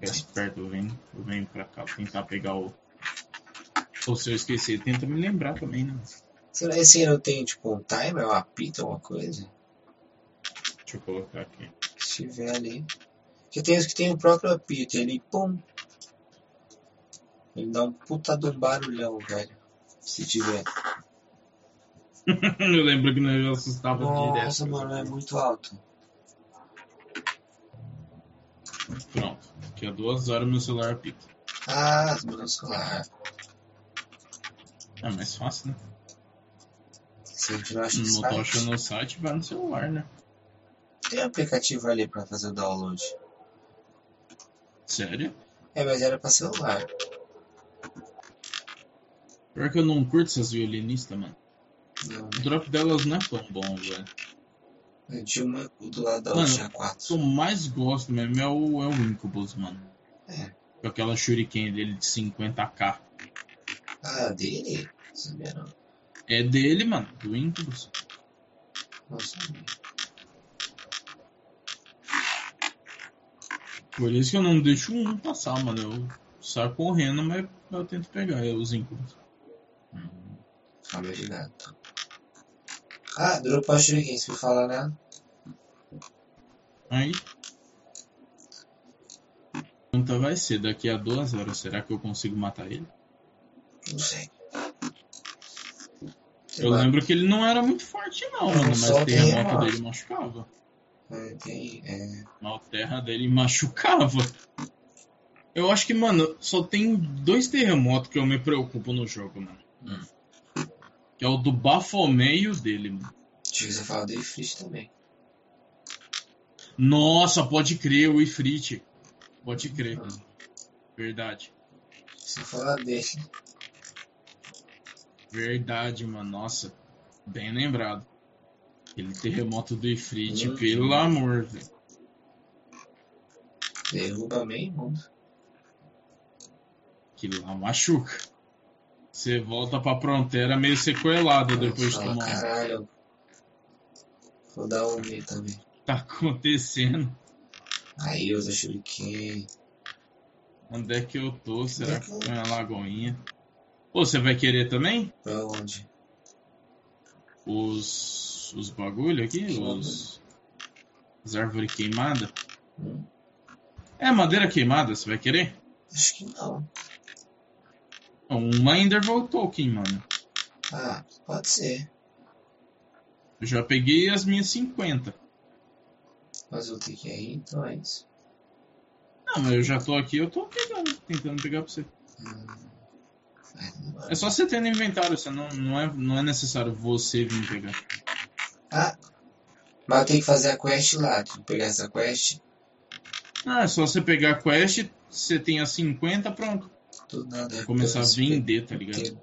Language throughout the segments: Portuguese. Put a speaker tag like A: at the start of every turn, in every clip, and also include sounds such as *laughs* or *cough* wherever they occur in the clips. A: que é esperto, eu venho, eu venho pra cá tentar pegar o. Ou se eu esquecer, tenta me lembrar também, né?
B: Será que esse não tem tipo um timer, um apito, alguma coisa?
A: Deixa eu colocar aqui. *laughs*
B: Se tiver ali. Porque tem os que tem o próprio apito, ele pum. Ele dá um puta de um barulhão, velho. Se tiver.
A: eu lembro que nós assustava direto.
B: Nossa, mano, é muito alto.
A: Pronto. Daqui a duas horas meu celular apita.
B: Ah, meu celular.
A: É mais fácil,
B: *laughs*
A: né?
B: Se a gente não acha que
A: Não tô
B: sai,
A: achando o site, vai no celular, né?
B: tem um aplicativo ali pra fazer o download.
A: Sério?
B: É, mas era pra celular.
A: Pior que eu não curto essas violinistas, mano.
B: Não,
A: O drop delas não é tão bom, velho.
B: né? Tinha uma do lado da
A: Mano,
B: outra, tinha
A: O
B: quatro.
A: que eu mais gosto mesmo é o, é o Incubus, mano.
B: É.
A: Com aquela shuriken dele de 50k.
B: Ah, dele? Não sabia não.
A: É dele, mano, do Incubus.
B: Não sabia.
A: Por isso que eu não deixo um passar, mano. Eu saio correndo, mas eu tento pegar os Incubus.
B: Fala de gato. É Ah, durou pra Shuriken, se for falar, né?
A: Aí. a Pergunta vai ser, daqui a duas horas, será que eu consigo matar ele?
B: Não sei.
A: Eu lembro que ele não era muito forte não, mano, mas
B: só
A: o terremoto
B: terremoto.
A: dele machucava.
B: É, tem, é,
A: Mas o terra dele machucava. Eu acho que, mano, só tem dois terremotos que eu me preocupo no jogo, mano.
B: Hum.
A: Que é o do Bafomé e o dele, mano.
B: tinha que você falar do Ifrit também.
A: Nossa, pode crer, o Ifrit. Pode crer.
B: Hum.
A: Verdade.
B: Se eu falar dele,
A: Verdade, mano. Nossa, bem lembrado. Aquele terremoto do Ifrit,
B: Hum.
A: pelo amor, velho.
B: derruba meio mundo.
A: Aquilo lá machuca. Você volta pra fronteira meio sequelado depois de
B: Fala,
A: tomar um
B: caralho. Vou dar um meio também.
A: *laughs* tá acontecendo?
B: Aí usa Shuriken.
A: Onde é que eu tô? Será que foi na Lagoinha? Pô, você vai querer também?
B: Pra onde?
A: Os. Os bagulho aqui? Os. As árvores queimadas?
B: Hum.
A: É, madeira queimada, você vai querer?
B: Acho que não.
A: Um Ender voltou aqui, mano.
B: Ah, pode ser.
A: Eu já peguei as minhas 50.
B: Mas vou ter que ir, então é isso.
A: Não, mas eu já tô aqui, eu tô pegando, tentando pegar pra você.
B: Ai, não vai.
A: É só você ter no inventário, você não, não, é, não é necessário você vir pegar.
B: Ah, mas eu tenho que fazer a quest lá. Tem que pegar essa quest.
A: Não, é só você pegar a quest, você tem as 50, pronto.
B: Do nada.
A: Começar a
B: dois,
A: vender, tá ligado?
B: inteiro.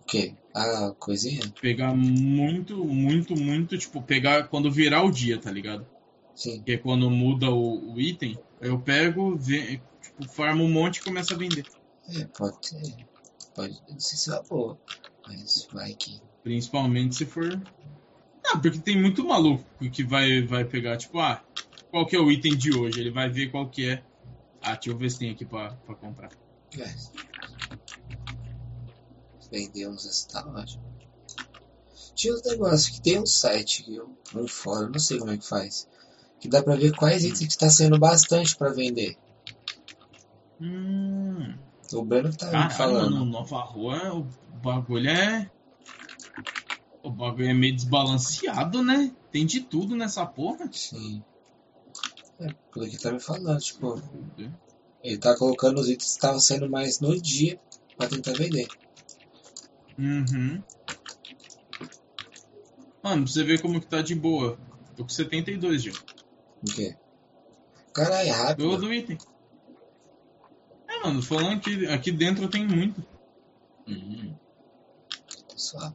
B: O quê? A coisinha?
A: pegar muito, muito, muito, tipo, pegar quando virar o dia, tá ligado?
B: Sim.
A: Que é quando muda o, o item, aí eu pego, ve- tipo, farmo um monte e começo a vender.
B: É, pode ter. Pode não sei se é uma boa. Mas vai que.
A: Principalmente se for. Ah, porque tem muito maluco que vai, vai pegar, tipo, ah, qual que é o item de hoje? Ele vai ver qual que é. Ah, deixa eu ver se tem aqui pra, pra comprar.
B: É. Vender uns assim tá ótimo. Tinha um negócio que tem um site que eu não fora, não sei como é que faz. Que dá pra ver quais itens que tá saindo bastante pra vender.
A: Hum.
B: O Breno tá me
A: Caralho,
B: falando.
A: mano, Nova Rua, o bagulho é. O bagulho é meio desbalanceado, né? Tem de tudo nessa porra.
B: Sim. É, pelo que tá me falando, tipo, ele tá colocando os itens que estavam saindo mais no dia pra tentar vender.
A: Uhum. Mano, pra você ver como que tá de boa. Tô com 72 já.
B: O quê? Caralho, é
A: Pelo
B: rápido.
A: do item. É, mano, falando que aqui dentro tem muito.
B: Uhum. Tá suave.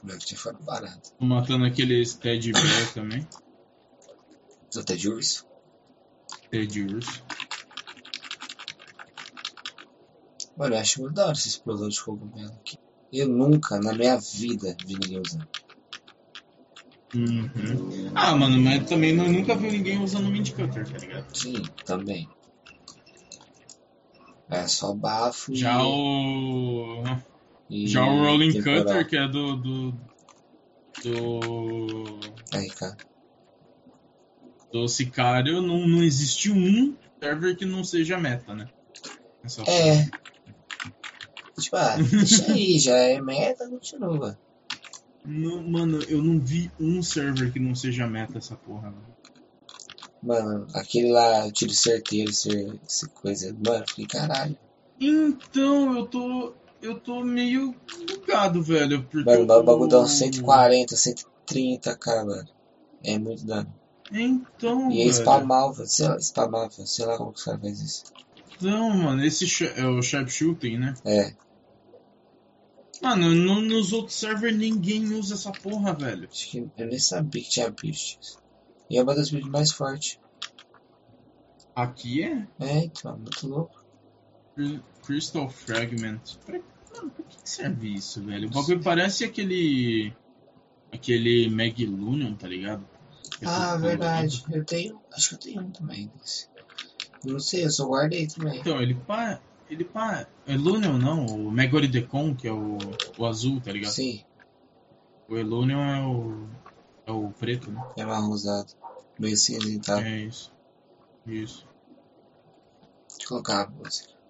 B: Como é que tinha fora barato?
A: Tô matando aqueles Ted Bear também.
B: Só até de urso.
A: Ted Urso.
B: Mano, eu acho muito da hora esse explosão de cogumelo aqui. Eu nunca, na minha vida, vi ninguém usando.
A: Uhum. Ah, mano, mas também eu nunca vi ninguém usando Mint Cutter, tá ligado?
B: Sim, também. É só bafo
A: Já o.
B: e.
A: Já o Rolling
B: temporal.
A: Cutter, que é do. do. do,
B: Aí, cara.
A: do Sicário, não, não existe um server que não seja meta, né? É só-
B: É. Tipo, ah, deixa aí, já é meta, continua.
A: Não, mano, eu não vi um server que não seja meta essa porra, mano.
B: Mano, aquele lá, tiro certeiro, cer- essa coisa. Mano, eu falei, caralho.
A: Então, eu tô. Eu tô meio bugado, velho. Porque
B: Mano, o
A: eu-
B: bagulho dá uns 140, 130, cara, mano. É muito dano.
A: Então,
B: E é aí
A: velho.
B: spamava, sei lá, spamava, sei lá como que os caras fazem isso.
A: Então, mano, esse sh- é o sharpshooting, né?
B: É,
A: Mano, no- nos outros servers ninguém usa essa porra, velho.
B: acho que eu nem sabia que tinha builds. E é uma das builds mais fortes.
A: Aqui é
B: É, então, muito louco.
A: Cry- Crystal Fragment. Pra, mano, pra que que serve isso, velho? O bagulho parece aquele. aquele Megalunion, tá ligado? Que é todo
B: Ah,
A: colorido.
B: verdade. Eu tenho, acho que eu tenho um também desse. Não sei, eu só guardei também.
A: Então, ele pá. Ele pá. É Lunion não, o Megoridecon, que é o, o azul, tá ligado?
B: Sim,
A: O Elunion é o. é o preto, né?
B: é marrom usado. Meio cinzentado.
A: É isso. Isso.
B: Deixa eu colocar a música.